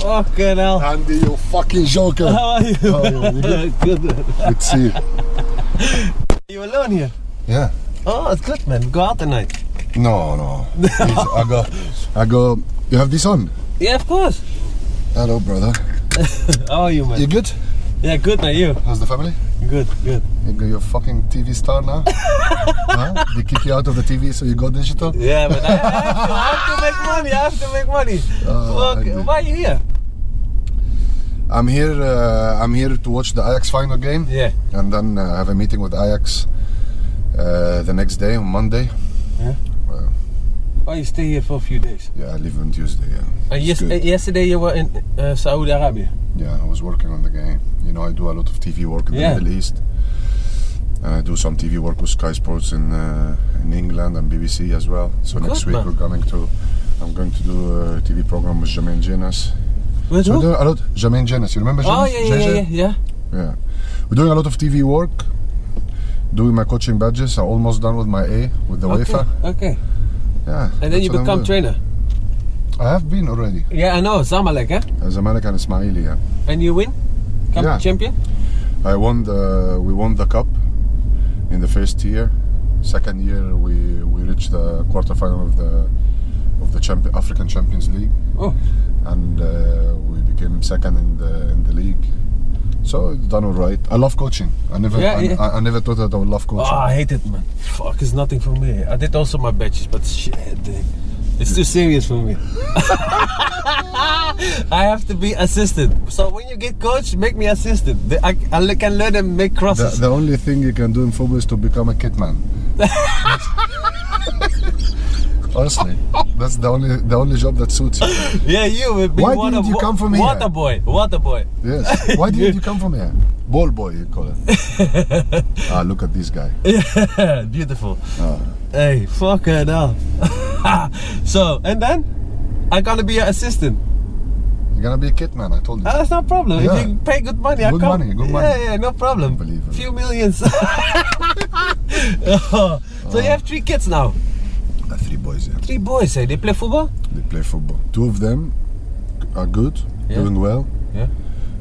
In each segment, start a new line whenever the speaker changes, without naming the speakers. Fucking hell.
Andy, you fucking joker. Oh,
How are you?
How are you? You good?
Oh, good.
Good to see you.
You alone here?
Yeah.
Oh, it's good, man. Go out tonight.
No, no. Please, I go. I go. You have this on.
Yeah, of course.
Hello, brother.
How are you, man?
You good?
Yeah, good, man. You?
How's the family?
Good, good.
You go- You're a fucking TV star now. huh? They kick you out of the TV, so you go digital.
Yeah, but I, I, have, to, I have to make money. I have to make money.
Oh,
Fuck,
I agree.
why are you here?
I'm here. Uh, I'm here to watch the Ajax final game,
Yeah.
and then uh, have a meeting with Ajax uh, the next day on Monday.
Why you stay here for a few days?
Yeah, I leave on Tuesday. Yeah.
And yes,
It's good.
uh, yesterday you were in uh, Saudi Arabia.
Yeah, I was working on the game. You know, I do a lot of TV work in
Yeah.
the Middle East. And I do some TV work with Sky Sports in uh, in England and BBC as well. So next
Good,
week
man.
we're going to, I'm going to do a TV program with Jermaine Jenas.
Where's who?
So we're doing a lot. Jermaine Jenas, you remember?
Oh,
Jenas?
yeah, yeah, yeah, yeah, yeah.
Yeah. We're doing a lot of TV work. Doing my coaching badges. I'm almost done with my A with the
Okay,
UEFA.
okay.
Yeah.
And then
that's
you
what I'm
become
doing.
trainer.
I have been already
Yeah, I know. Zamalek, eh?
as American Ismaili. Yeah.
And you win? Cup
Yeah.
champion?
I won the we won the cup in the first year. Second year we we reached the quarterfinal of the of the champion, African Champions League,
Oh,
and uh, we became second in the in the league. So it's done all right. I love coaching. I never
Yeah,
I,
yeah.
I, I never thought that I would love
oh
coaching.
I hate it, man. Fuck, it's nothing for me. I did also my badges, but shit, dude. It's too serious for me. I have to be assistant. So when you get coach, make me assistant. The- I, I le- can learn and make
the,
crosses.
the only thing you can do in football is to become a kid man. Honestly, that's the only the only job that suits you.
yeah, you will be
Why
water
didn't you
bo-
come from here?
Water boy, water boy.
Yes. Why didn't you come from here? Ball boy, you call it. ah, look at this guy.
Beautiful.
Ah.
Hey, fuck her now. so, and then? I'm gonna be your assistant.
You're gonna be a kid man, I told you.
Ah, that's no problem.
Yeah.
If you pay good money, I
Good
come.
money, good
Yeah,
money.
yeah, no problem.
Unbelievable.
Few millions. Oh. so you
Oh.
have three kids now.
Uh, three boys, yeah.
Three boys. Eh? They play football.
They play football. Two of them are good,
Yeah.
doing well.
Yeah.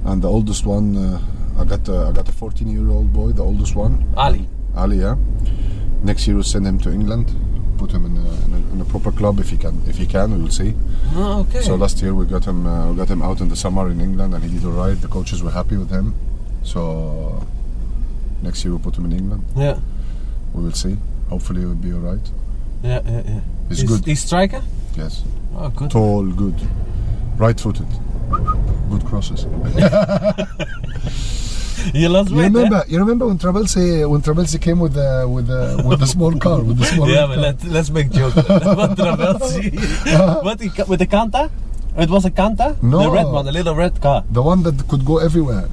And the oldest one, uh, I got a, I got a 14 year old boy, the oldest one,
Ali.
Ali. Yeah. Next year we'll send him to England, put him in a, in a, in a proper club if he can. If he can, we'll see.
Oh, okay.
So last year we got him, uh, we got him out in the summer in England, and he did all right. The coaches were happy with him. So next year we'll put him in England.
yeah.
We will see. Hopefully, it will be all right.
Yeah, yeah, yeah.
He's good.
He's striker.
Yes.
Oh, good.
Tall, good. Right footed. Good crosses.
You lost
You
weight. eh?
remember? You remember when Trabelsi when Trabelsi came with the with the with the small car with the small.
Yeah,
red
but
car?
let's let's make jokes. About Travelsi. but he, ca- with the Kanta, it was a Kanta. The
No.
red one, the little red car.
the one that could go everywhere.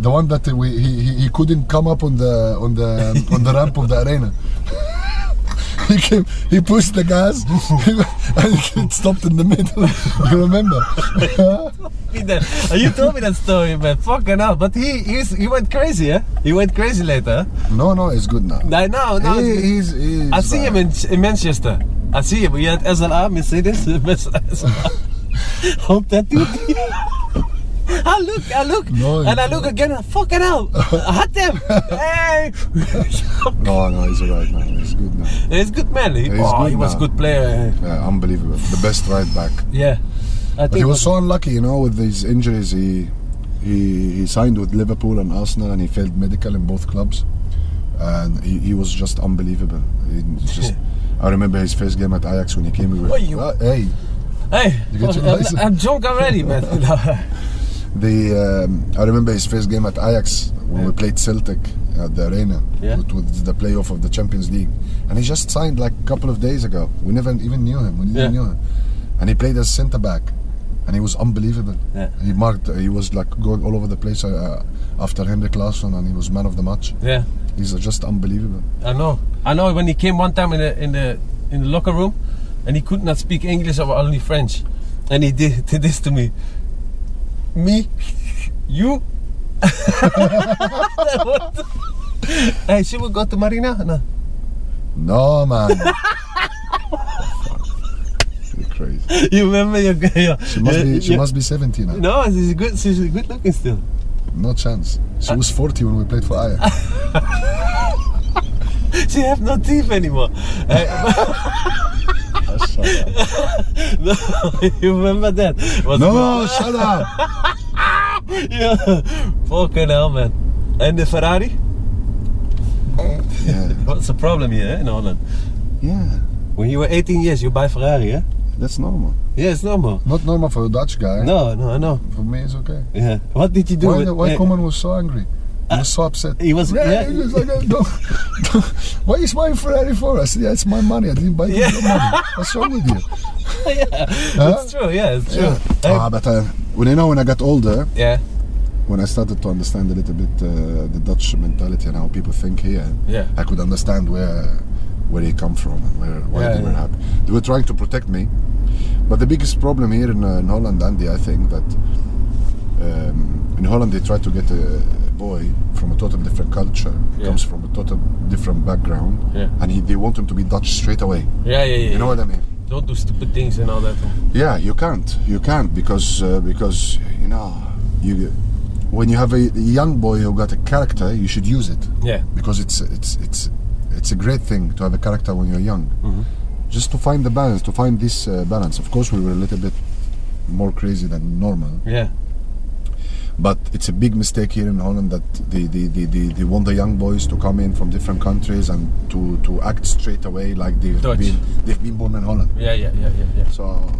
The one that we, he, he, he couldn't come up on the on the on the ramp of the arena. he came. He pushed the gas and it stopped in the middle. you remember?
me that. You told me that story, man. Fucking hell. But he he's, he went crazy, yeah? He went crazy later. eh?
no, no, it's good now.
I know, no.
He-
it's-
he's, he's
I see him in, in Manchester. I see him. He had SLR, Mercedes. Mercedes. Hope that dude. I Ah, look, I look,
No,
and I
it's-
look again. ah, Fucking hell, hot damn! Hey,
No, no, he's alright now. He's good now.
he's good man. He,
He's
oh,
good
he was
now.
good player.
Yeah, unbelievable. The best right back.
Yeah, I
But he was so unlucky, you know, with these injuries. He he, he signed with Liverpool and Arsenal, and he failed medical in both clubs. And he, he was just unbelievable. He just, I remember his first game at Ajax when he came. We were,
Oh, you-
Well, hey,
Hey,
You get your
I'm,
license.
I'm drunk already, man.
the um, I remember his first game at Ajax when we played Celtic at the arena.
Yeah.
It was the playoff of the Champions League, and he just signed like a couple of days ago. We never even knew him. We didn't
Yeah.
knew him, and he played as centre back, and he was unbelievable.
Yeah.
He marked. He was like going all over the place uh, after Henrik Larsson, and he was man of the match.
yeah.
He's uh, just unbelievable.
I know. I know when he came one time in the in the in the locker room, and he could not speak English or only French, and he did, did this to me. Me, you. What the- hey, should we go to Marina? No.
No man. You're crazy.
you remember your girl?
She must be. She must be 70 now.
No, she's good. She's good looking still.
No chance. She was 40 when we played for Ajax.
She have no teeth anymore. Uh, no, you remember that? Was
no, shut up.
Yeah. Fucking hell, man. And the Ferrari?
Yeah,
What's the problem here eh, in Holland?
yeah.
When you were 18 years, you buy Ferrari, eh?
That's normal.
Yeah, it's normal.
Not normal for a Dutch guy.
No, no, no.
For me, it's okay.
Yeah. What did you do?
Why,
with-
why
eh,
Coman was so angry? He was so upset.
he was- yeah.
he was like, "Oh, don't- don't- why is my Ferrari for us? Yeah, it's my money. I didn't buy it with your money. What's wrong with you?
yeah, that's true. Yeah, it's true.
Ah, but uh, when you know, when I got older,
Eh, yeah,
when I started to understand a little bit uh, the Dutch mentality and how people think here,
Yeah.
I could understand where where they come from and where why
Yeah,
they were
yeah.
happy. They were trying to protect me, but the biggest problem here in, uh, in Holland, Andy, I think that um, in Holland they try to get a boy from a totally different culture,
Yeah.
comes from a totally different background,
Yeah.
and he, they want him to be Dutch straight away.
yeah, yeah, yeah.
You know what I mean?
Don't do stupid things and all that.
Yeah, you can't. You can't because uh, because you know you when you have a young boy who got a character, you should use it
Yeah,
because it's it's it's it's a great thing to have a character when you're young.
Mm-hmm.
Just to find the balance, to find this uh, balance. Of course, we were a little bit more crazy than normal,
yeah,
but it's a big mistake here in Holland that they they, they, they, they want the young boys to come in from different countries and to, to act straight away like they've
Dutch.
been they've been born in Holland.
yeah, yeah, yeah, yeah. yeah.
So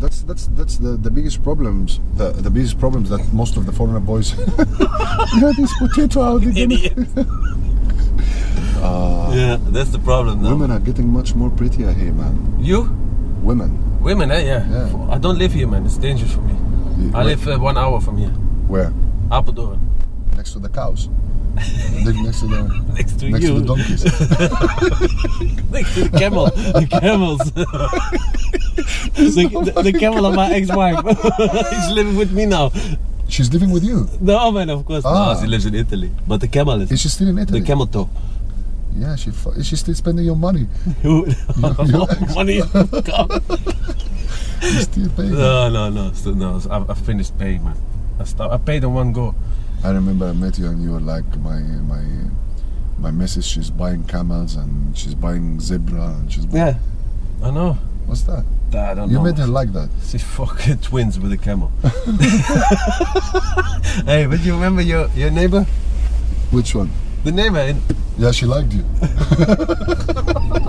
that's that's that's the, the biggest problems the, the biggest problems that most of the foreigner boys yeah this potato out they didn't-
Idiot. yeah, that's the problem now.
Uh, women are getting much more prettier here man
You?
women
Women, eh? Yeah.
Yeah.
I don't live here, man. It's dangerous for me.
You-
I live uh, one hour from here,
where
Apeldoorn,
next to the cows Live next to the
next to
next
you,
to the donkeys
next to the camel, the camels. the, the, the camel of my ex-wife. He's living with me now.
she's living with you
No, man, of course.
Ah.
No, she lives in Italy, but the camel is
is she still in Italy
the camel toe.
yeah she fu- is she still spending your money
Who?
you-
money.
you still paying
no, no, no, so- no. so I, I finished paying, man. I, stop, I paid in one go.
I remember I met you and you were like my my my missus she's buying camels and she's buying zebra and she's buying,
Yeah, I know.
what's that
I don't
you
know.
met her like that
She's fucking twins with a camel. hey, but you remember your, your neighbor?
Which one?
The neighbor in
Yeah, she liked you.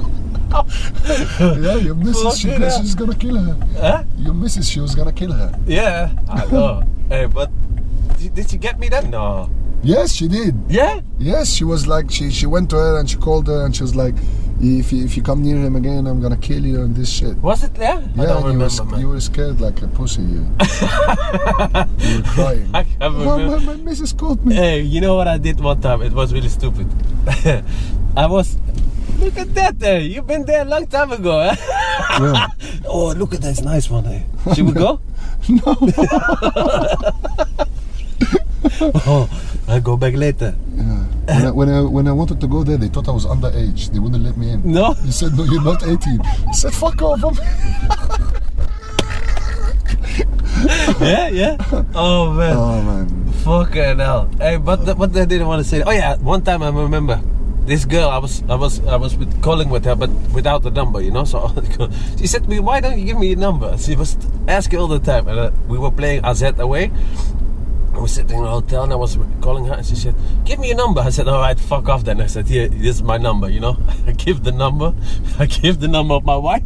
yeah, your missus, she,
Fucking hell.
she's gonna kill her.
huh?
Your missus, she was gonna kill her.
Yeah, I know. hey, but did- did she get me then? No.
Yes, she did.
Yeah?
Yes, she was like, she, she went to her and she called her and she was like, if you, if you come near him again, I'm gonna kill you and this shit.
Was it there? I
Yeah,
don't
and you,
remember,
were,
man.
you were scared like a pussy, you. you were crying.
I can't
Well,
remember.
my, my missus called me.
Hey, you know what I did one time? It was really stupid. I was. Look at that there. You've been there a long time ago, eh?
Yeah.
Oh, look at that nice one there. Should we go? no. oh, I'll go back later.
Yeah. When, I, when, I, when I wanted to go there, they thought I was underage. They wouldn't let me in.
No?
He said, no, you're not 18. I said, fuck off. I'm...
yeah, yeah. Oh man,
Oh, man.
fucking hell. Hey, but the, what I didn't want to say. Oh yeah, one time I remember this girl. I was I was I was with calling with her, but without the number, you know. So she said to me, "Why don't you give me your number?" She was asking all the time, and uh, we were playing AZ away. I was sitting in a hotel and I was calling her and she said, Give me your number. I said, All right, fuck off then. I said, Here, this is my number, you know. I give the number. I give the number of my wife.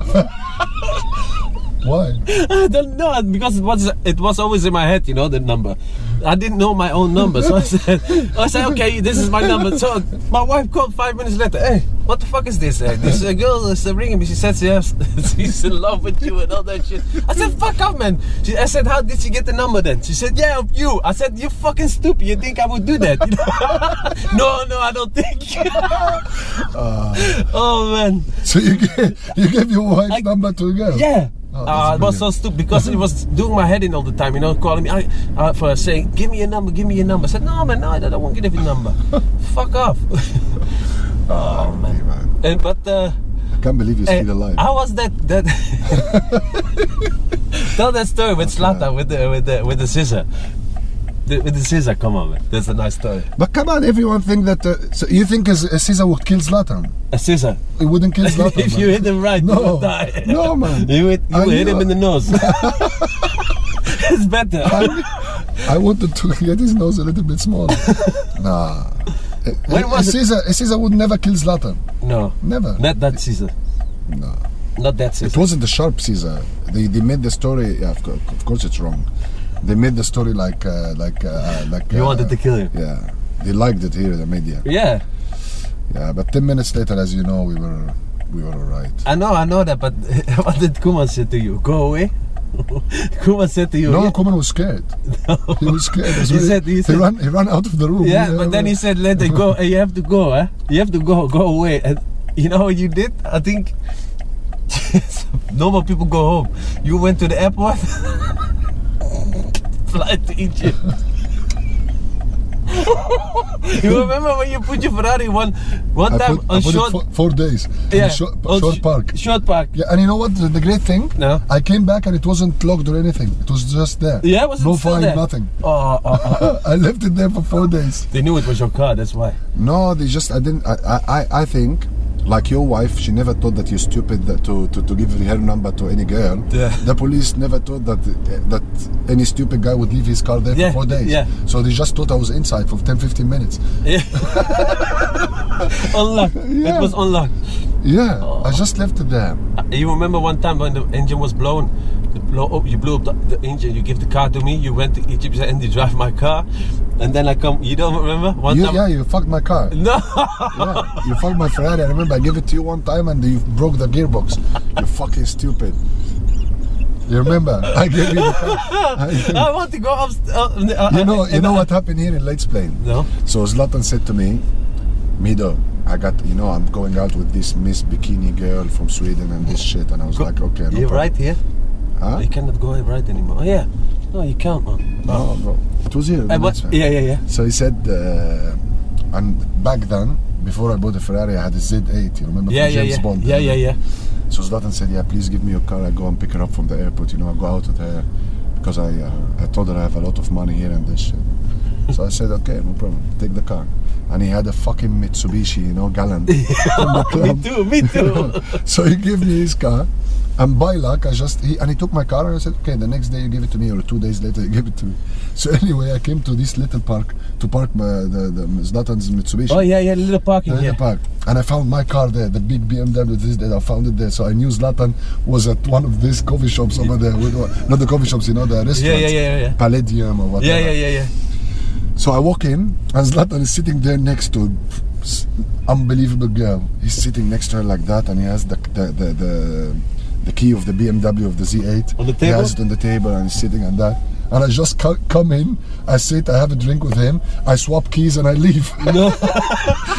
Why?
I don't know uh, because it was it was always in my head, you know, the number. I didn't know my own number, so I said, I said, okay, this is my number. So my wife called five minutes later. Hey, what the fuck is this? Hey, this uh, girl is uh, ringing me. She says yes, she's in love with you and all that shit. I said, fuck off, man. She, I said, how did she get the number then? She said, yeah, of you. I said, you fucking stupid. You think I would do that? You know? no, no, I don't think. oh man.
So you gave, you gave your wife
I-
number to a girl?
Yeah.
Oh,
uh,
that's
it was so stupid because it was doing my head in all the time, you know, calling me I, uh, for saying, "Give me your number, give me your number." I said, "No, man, no, I don't want to give you number. Fuck off."
Oh, man.
and but uh,
can't believe you're
Hey,
still alive.
How was that? That tell that story with Slata with the with the with the scissor. The, with the scissor, come on, man. That's a nice story.
But come on, everyone think that. Uh, so you think a, a Caesar would kill Zlatan?
A scissor.
It wouldn't kill Zlatan.
if
man.
you hit him right, you
No.
will die.
No, man.
You hit, you
I
hit
knew-
him in the nose. it's better.
I, I wanted to get his nose a little bit small. nah. A-
When
a-
was
a
it-
Caesar, a Caesar would never kill Zlatan.
No,
Never.
not that scissor.
No.
Not that
It
scissor.
wasn't the sharp Caesar. They, they made the story. Yeah, of, course, of course, it's wrong. They made the story like uh, like uh, like.
You
uh,
wanted to kill him.
Yeah, they liked it here in the media.
Yeah,
Yeah, but ten minutes later, as you know, we were we were alright.
I know, I know that. But what did Kuman say to you? Go away. Kuman said to you.
No,
"Yeah,
Koeman was scared. He was scared. That's
He
why he,
said- he said-
ran, he ran out of the room.
Yeah, but then he said, "Let it go. Hey, you have to go. Eh? You have to go. Go away." And you know what you did? I think normal people go home. You went to the airport, fly to Egypt. you remember when you put your Ferrari one one
I
time
put, I
on
put
short
it four, four days in
yeah
a short,
on
short
sh-
park.
short park.
Yeah, and you know what? The, the great thing?
No.
I came back and it wasn't locked or anything. It was just there.
Yeah, was it
no
still
fine,
there?
nothing.
Oh, oh, oh.
I left it there for four days.
they knew it was your car. That's why.
No, they just I didn't. I I, I- I think. Like your wife, she never thought that you're stupid that to, to, to give her number to any girl.
Yeah.
The police never thought that that any stupid guy would leave his car there
Yeah,
for four days.
yeah.
So they just thought I was inside for 10, 15 minutes.
unlocked. It
Yeah.
was unlocked.
Yeah,
Oh.
I just left it there.
You remember one time when the engine was blown, the blow, oh, you blew up the, the engine. You give the car to me. You went to Egypt and you drive my car, and then I come. You don't remember one
You,
time?
yeah, you fucked my car.
No,
Yeah, you fucked my Ferrari. I remember I gave it to you one time and you broke the gearbox. You fucking stupid. You remember? I gave you the car. I-
I want to go up. up uh,
you know, you know what happened here in Let's Plain?
No,
So Zlatan said to me, Mido, I got, you know, I'm going out with this Miss Bikini girl from Sweden and this shit. And I was
Go-
like, okay, no
you're
problem.
right here.
Huh?
You cannot go right anymore. Oh, yeah, no, you can't, man.
No, no. It was here.
Eh,
the
but-
Let's Plain.
yeah, yeah, yeah.
So he said, uh, and back then, before I bought a Ferrari, I had a Z8. You remember
Yeah,
from
yeah,
James
yeah.
Bond?
yeah, yeah, yeah.
So Zlatan said, yeah, please give me your car. I go and pick her up from the airport. You know, I go out with her because I uh, I told her I have a lot of money here and this shit. So I said, okay, no problem. Take the car. And he had a fucking Mitsubishi, you know, Gallant. from
Me
the club.
too, me too.
so he gave me his car. And by luck, I just he and he took my car and I said, okay, the next day you give it to me, or two days later you give it to me. So anyway, I came to this little park to park my, the the Zlatan's Mitsubishi.
oh yeah, yeah, little parking
Yeah, in
here.
the park. And I found my car there, the big BMW. This that I found it there, so I knew Zlatan was at one of these coffee shops over there. With, not the coffee shops, you know, the restaurants.
Yeah, yeah, yeah, yeah.
Palladium or whatever.
Yeah, yeah, yeah, yeah.
So I walk in, and Zlatan is sitting there next to s- unbelievable girl. He's sitting next to her like that, and he has the the the, the, the key of the BMW of the Z8
On the
He
table?
has it on the table, and he's sitting and that. And I just co- come in, I sit, I have a drink with him, I swap keys, and I leave.
No,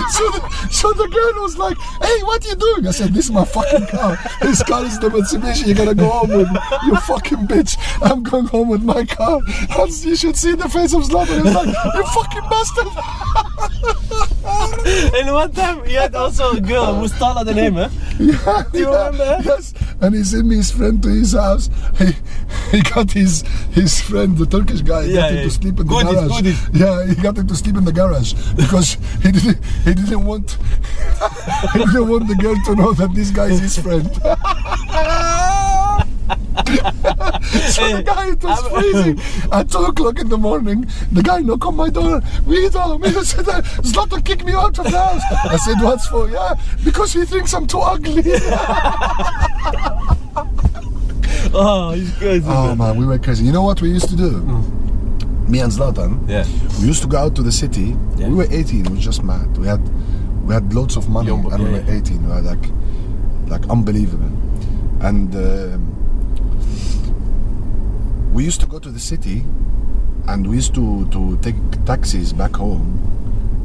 So the, so the girl was like, "Hey, what are you doing?" I said, "This is my fucking car. This car is the Mitsubishi. You gotta go home with you fucking bitch. I'm going home with my car." And you should see the face of Zlatan. He was like, "You fucking bastard!"
and one time he had also a girl who's taller than him, eh?
Yeah,
Do you
yeah,
remember?
Yes. And he sent me his friend to his house. He he got his his friend, the Turkish guy, he
Yeah,
got him
yeah.
to sleep in
Goodies,
the garage.
goodies.
Yeah, he got him to sleep in the garage because he didn't he didn't want he didn't want the girl to know that this guy is his friend. so the
Hey,
guy it was
I'm-
freezing at two o'clock in the morning. The guy knocked on my door. Vito, Vito said, Zlatan kicked me out of the house. I said, what's for? Yeah, because he thinks I'm too ugly.
Oh, he's crazy.
Oh
man.
man, we were crazy. You know what we used to do?
Mm.
Me and Zlatan.
Yeah.
We used to go out to the city.
Yeah.
We were 18. It was just mad. We had we had loads of money,
Young boy,
and we
yeah,
were
yeah.
18. We were like like unbelievable. And um we used to go to the city, and we used to to take taxis back home,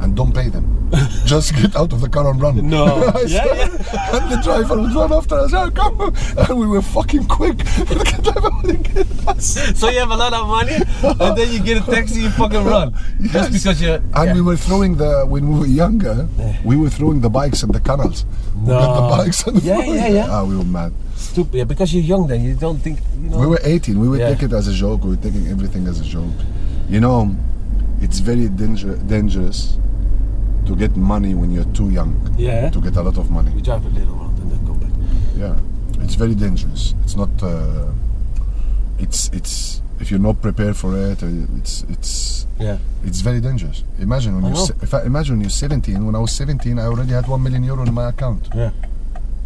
and don't pay them. Just get out of the car and run.
No.
I
Yeah,
said- And the driver would run after us. Oh, come! And we were fucking quick. the driver wouldn't get us.
So you have a lot of money, and then you get a taxi, you fucking run just
Yes.
because you're.
And
yeah.
we were throwing the when we were younger, we were throwing the bikes in the canals. We got
No.
the bikes and
Yeah,
throwing
yeah,
it.
yeah.
Ah, we were mad.
stupid. Yeah, because you're young then, you don't think. You know.
We were 18. We would
Yeah.
take it as a joke. We were taking everything as a joke. You know, it's very danger- dangerous to get money when you're too young.
yeah.
To get a lot of
We
money.
drive a little round and then go back.
Yeah, it's very dangerous. It's not. Uh, it's it's if you're not prepared for it, uh, it's it's
Yeah.
it's very dangerous. Imagine when
I
you're
know.
se- if I imagine when you're 17. When I was 17, I already had one million euro in my account
Yeah.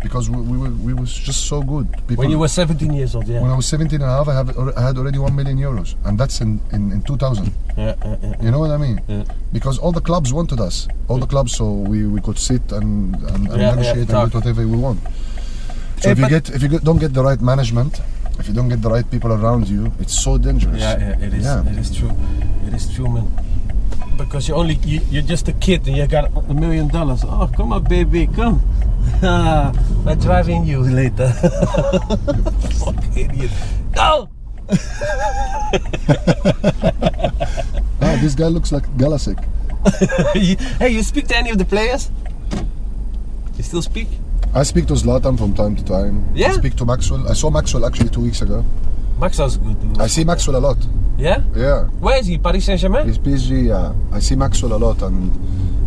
because we we, were, we was just so good. People,
When you were 17 years old,
when
yeah.
I was 17 and a half, I, have, I had already one million euros, and that's in in, in 2000.
Yeah, yeah, yeah.
You know what I mean?
Yeah.
Because all the clubs wanted us, all the clubs, so we, we could sit and, and, and
Yeah, yeah,
negotiate
talk.
and do whatever we want. So
Eh,
if you
but-
get if you get- don't get the right management, if you don't get the right people around you, it's so dangerous.
Yeah, yeah, it is.
Yeah.
It is true. It is true, man. Because you only you, you're just a kid and you got a million dollars. Oh, come on, baby, come. I'm driving you later. Fuck idiot. No.
Ah, this guy looks like Galasek.
You- hey, you speak to any of the players? You still speak?
I speak to Zlatan from time to time. I
Yeah.
speak to Maxwell. I saw Maxwell actually two weeks ago.
Max sounds good.
I see Maxwell a lot.
Yeah.
Yeah.
Where is he? Paris Saint Germain.
He's PSG, yeah. I see Maxwell a lot, and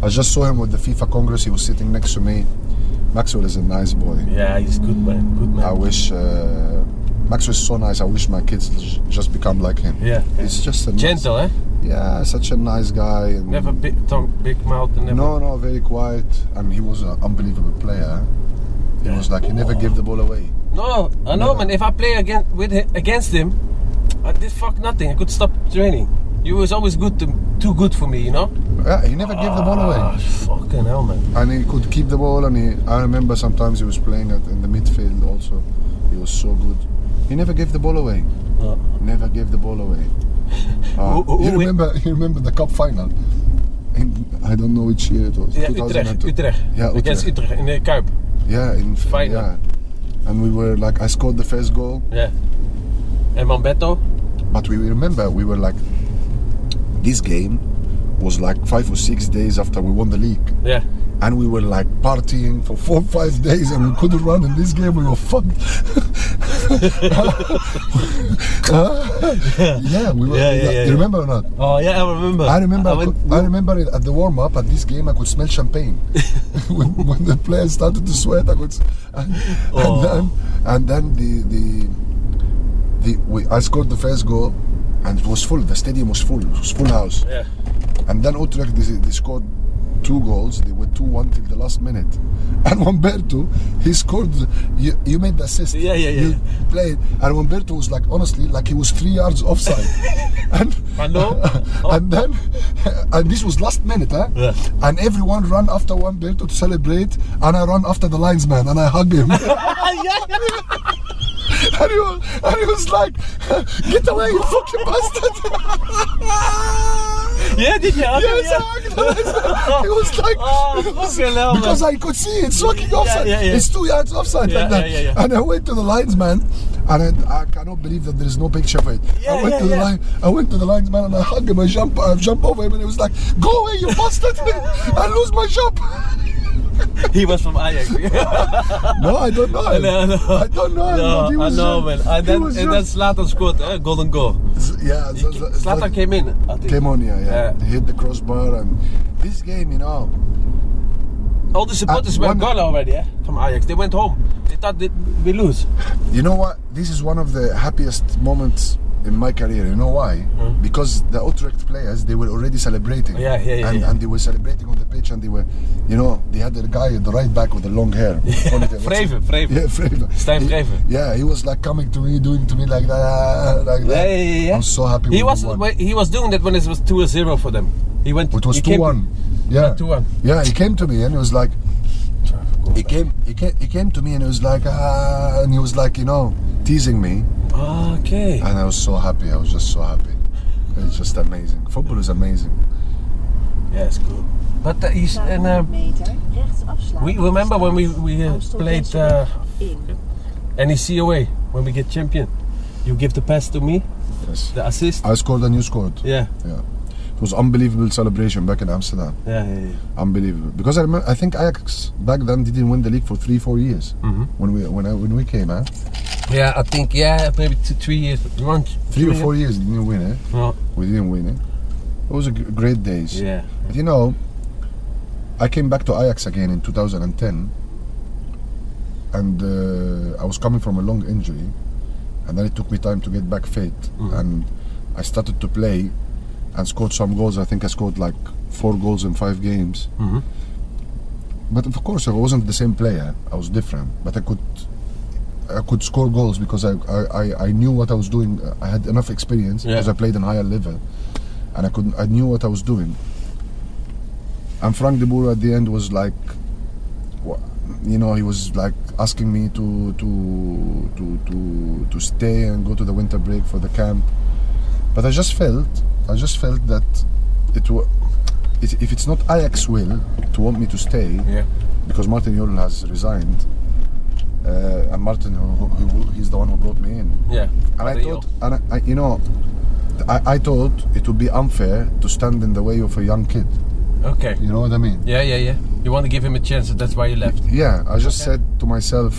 I just saw him with the FIFA Congress. He was sitting next to me. Maxwell is a nice boy.
Yeah, he's good man. Good man.
I wish uh, Maxwell is so nice. I wish my kids j- just become like him.
Yeah.
He's just a nice-
Gentle, eh?
yeah, such a nice guy. And
Never big tongue, big mouth, and never.
No, no, very quiet. And he was an unbelievable player. He
Yeah.
was like he never gave the ball away.
No, I know, man. If I play again with hi- against him, I did fuck nothing. I could stop training. You was always good, to, too good for me, you know.
Yeah, he never gave the ball
Ah,
away.
fucking hell, man.
And he could keep the ball. And he, I remember sometimes he was playing at, in the midfield also. He was so good. He never gave the ball away.
No.
Never gave the ball away. Ah,
Who- who-
you
who-
remember? You remember the cup final? In, I don't know which year it was.
Yeah, Utrecht,
2002.
Utrecht.
Yeah,
Against
Utrecht.
Utrecht in the Kuip.
Yeah, in
Final.
Yeah. And we were like, I scored the first goal,
Yeah. And Mambeto.
but we remember we were like, this game was like five or six days after we won the league,
Yeah.
and we were like partying for four or five days, and we couldn't run in this game. We were fucked. yeah, we were.
Yeah, yeah, yeah,
you
yeah.
remember or not?
Oh yeah, I remember.
I remember. I,
went-
could- I remember it at the warm up at this game. I could smell champagne. when, when the players started to sweat, I could. s- And,
Oh.
and then, and then the the the we, I scored the first goal, and it was full. The stadium was full. It was full house.
yeah.
And then Utrecht they, they scored two goals. They were two one till the last minute. And Umberto, he scored. You, you made the assist.
Yeah, yeah, yeah,
You
yeah.
played, and Umberto was like honestly, like he was three yards offside. and
I know. Oh.
and then, and this was last minute, huh?
Yeah.
And everyone ran after one bear to celebrate, and I ran after the linesman and I hug him. and,
yeah.
he was, and he was like, "Get away, you fucking bastard!"
Yeah. Did you?
Yes, I hugged the linesman. It was like
Oh,
it was-
fucking hell, man.
because I could see it's fucking offside.
yeah, yeah.
It's two yards offside
Yeah,
like that.
yeah, yeah, yeah.
And I went to the linesman, and I, I cannot believe that there is no picture of it.
Yeah,
I went
yeah,
to the
yeah.
line, I went to the linesman and I hugged him. I jump, I jump over him, and he was like, "Go away, you bastard! I lose my job."
He was from Ajax.
No, I don't know. Him.
No, no.
I don't know. him,
no,
but he
I
was
know,
young.
man. And
He
then,
was
and then
young.
Slatan scored, eh? golden goal.
yeah,
He- Slatan came in. I think.
came on here. Yeah,
Yeah.
He hit the crossbar, and this game, you know.
All the supporters
Uh,
were
one-
gone already, eh? From Ajax. They went home. They thought that we lose.
You know what? This is one of the happiest moments in my career. You know why? Because the Utrecht players they were already celebrating.
Hmm? Yeah, yeah, yeah,
And,
yeah.
and they were celebrating on the pitch, and they were, you know, they had the guy, the right back with the long hair. ponytail.
Vreven, Vreven.
Yeah, Vreven.
Stijn
He-
Vreven.
Yeah, he was like coming to me, doing to me like that, like
Yeah,
that.
yeah, yeah, yeah.
I'm so happy.
He
we
was
won.
he was doing that when it was 2-0 for them. He went.
It was
he
two
came-
one. Yeah.
2-1.
Yeah, he came to me and he was like, he came, he came, he came to me and he was like, ah, and he was like, you know, teasing me.
Ah, Okay.
And I was so happy. I was just so happy. It's just amazing. Football is amazing.
Yeah, it's cool. But uh, he's and uh, we remember when we we uh, played uh, NEC away when we get champion. You give the pass to me,
Yes.
the assist.
I scored and you scored.
Yeah,
Yeah. It was unbelievable celebration back in Amsterdam.
yeah, yeah. yeah.
Unbelievable. Because I remember, I think Ajax back then didn't win the league for three, four years
Mhm.
when we when I, when we came, eh?
Yeah, I think yeah, maybe two, three years. One,
Three or four years didn't win, eh?
No,
We didn't win, eh? It was a g- great days.
yeah.
But you know, I came back to Ajax again in 2010, and uh, I was coming from a long injury, and then it took me time to get back fit,
Mhm.
and I started to play, and scored some goals. I think I scored like four goals in five games.
Mhm.
But of course, I wasn't the same player. I was different, but I could. I could score goals because I, I, I- I knew what I was doing. Uh, I had enough experience
Yeah.
because I played in higher level, and I could I knew what I was doing. And Frank de Boer at the end was like, wha- you know, he was like asking me to to to to to stay and go to the winter break for the camp. But I just felt, I just felt that it, wa- it if it's not Ajax will to want me to stay,
Yeah.
because Martin Jorl has resigned, uh, and Martin, who, who, who, he's the one who brought me in.
Yeah.
And I
There you
thought, and I, I, you know, I, I thought it would be unfair to stand in the way of a young kid.
Okay.
You know what I mean?
Yeah, yeah, yeah. You want to give him a chance, and that's why you left.
Yeah, I just
Okay.
said to myself,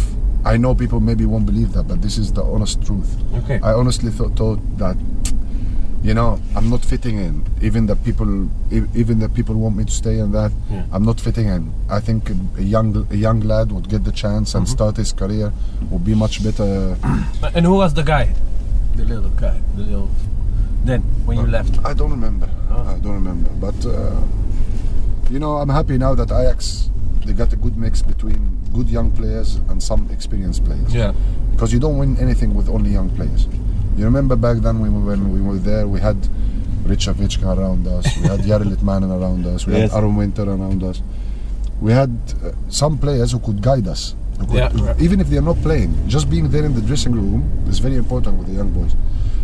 I know people maybe won't believe that, but this is the honest truth.
Okay.
I honestly thought, thought that, you know, I'm not fitting in. Even the people, e- even the people want me to stay and that,
Yeah.
I'm not fitting in. I think a young, a young lad would get the chance
Mm-hmm.
and start his career, would be much better.
And who was the guy? The little guy. The little. Then when you left.
I don't remember.
Oh.
I don't remember. But uh, you know, I'm happy now that Ajax they got a good mix between good young players and some experienced players.
Yeah.
Because you don't win anything with only young players. You remember back then when we, when we were there, we had Richard Vichka around us, we had Jari Litmanen around us, we
Yes.
had Aaron Winter around us. We had uh, some players who could guide us. who could-
Yeah, right.
Even if they're not playing, just being there in the dressing room is very important with the young boys.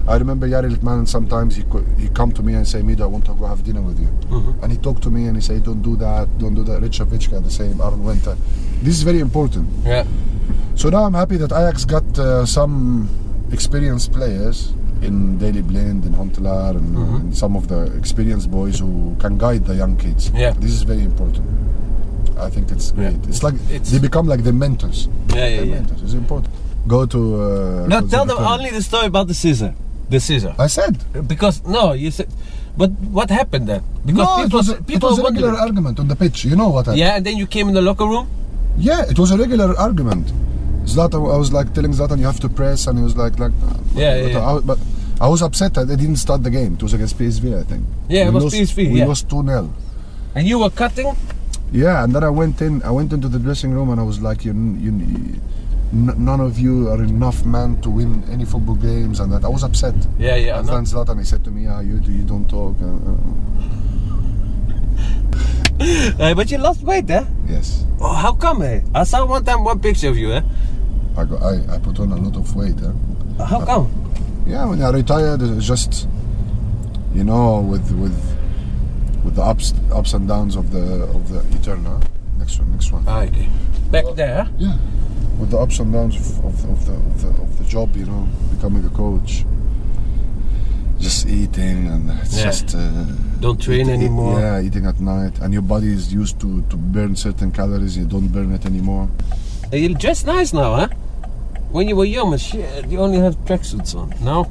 I remember Jari Litmanen sometimes he, co- he come to me and say, Mido, I want to go have dinner with you.
Mm-hmm.
And he talked to me and he say, don't do that, don't do that. Richard Vichka the same, Aaron Winter. This is very important.
Yeah.
So now I'm happy that Ajax got uh, some experienced players in Daily Blind and Huntelaar and,
Mhm.
and some of the experienced boys who can guide the young kids.
Yeah.
This is very important. I think it's
Yeah.
great. It's like
It's-
they become like the mentors.
Yeah, yeah,
The
yeah.
mentors. It's important. Go to. Uh,
No, tell them
conservatory.
only the story about the scissor. The scissor.
I said.
Because no, you said. But what happened then? Because
No, it
people
was, a,
said-
it
people
was a
wondered.
regular argument on the pitch. You know what happened.
Yeah, and then you came in the locker room.
Yeah, it was a regular argument. Zlatan, I was like telling Zlatan, you have to press, and he was like, like, but,
Yeah, yeah,
but,
yeah.
I, but I was upset that they didn't start the game. It was against PSV, I think.
Yeah, it
We
was
lost-
PSV,
We
yeah.
lost two 0
And you were cutting.
Yeah, and then I went in. I went into the dressing room, and I was like, you, you, n- none of you are enough men to win any football games, and that I was upset.
Yeah, yeah. I
and
know.
then Zlatan, he said to me, ah, you, you don't talk. Uh, uh,
Eh, but you lost weight, eh?
yes,
Oh, how come, eh? I saw one time one picture of you, eh?
I, got, I, I put on a lot of weight. Huh?
How come?
Yeah, when I retired, it's just you know, with with with the ups ups and downs of the of the Eterna. Next one, next one.
Ah, okay. Back there.
Yeah, with the ups and downs of, of, of the of the of the job, you know, becoming a coach. Just eating and it's
Yeah.
just uh,
Don't train
eat- eat-
anymore.
yeah, eating at night, and your body is used to to burn certain calories. You don't burn it anymore.
Hey, You dress nice now, huh? When you were young, man, shit, you only have tracksuits on. Now,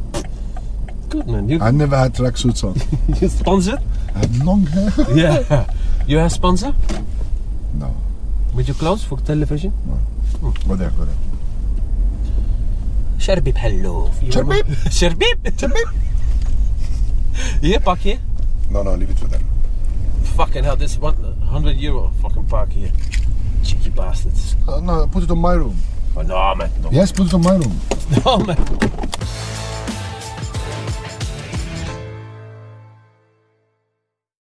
good man. You,
I never had tracksuits on.
you sponsored?
I had long hair.
Yeah. you have sponsor
No,
with your clothes for television?
go there, go there.
Sherbib, hello.
Sherbib?
Sherbib? Sherbib? Hier, pak je.
No, no, leave it for them.
Fucking hell, this one, 100 euro fucking park here. Cheeky bastards.
Uh, no, put it on my room.
Oh, no, man. No,
Yes, put it on my room.
no man.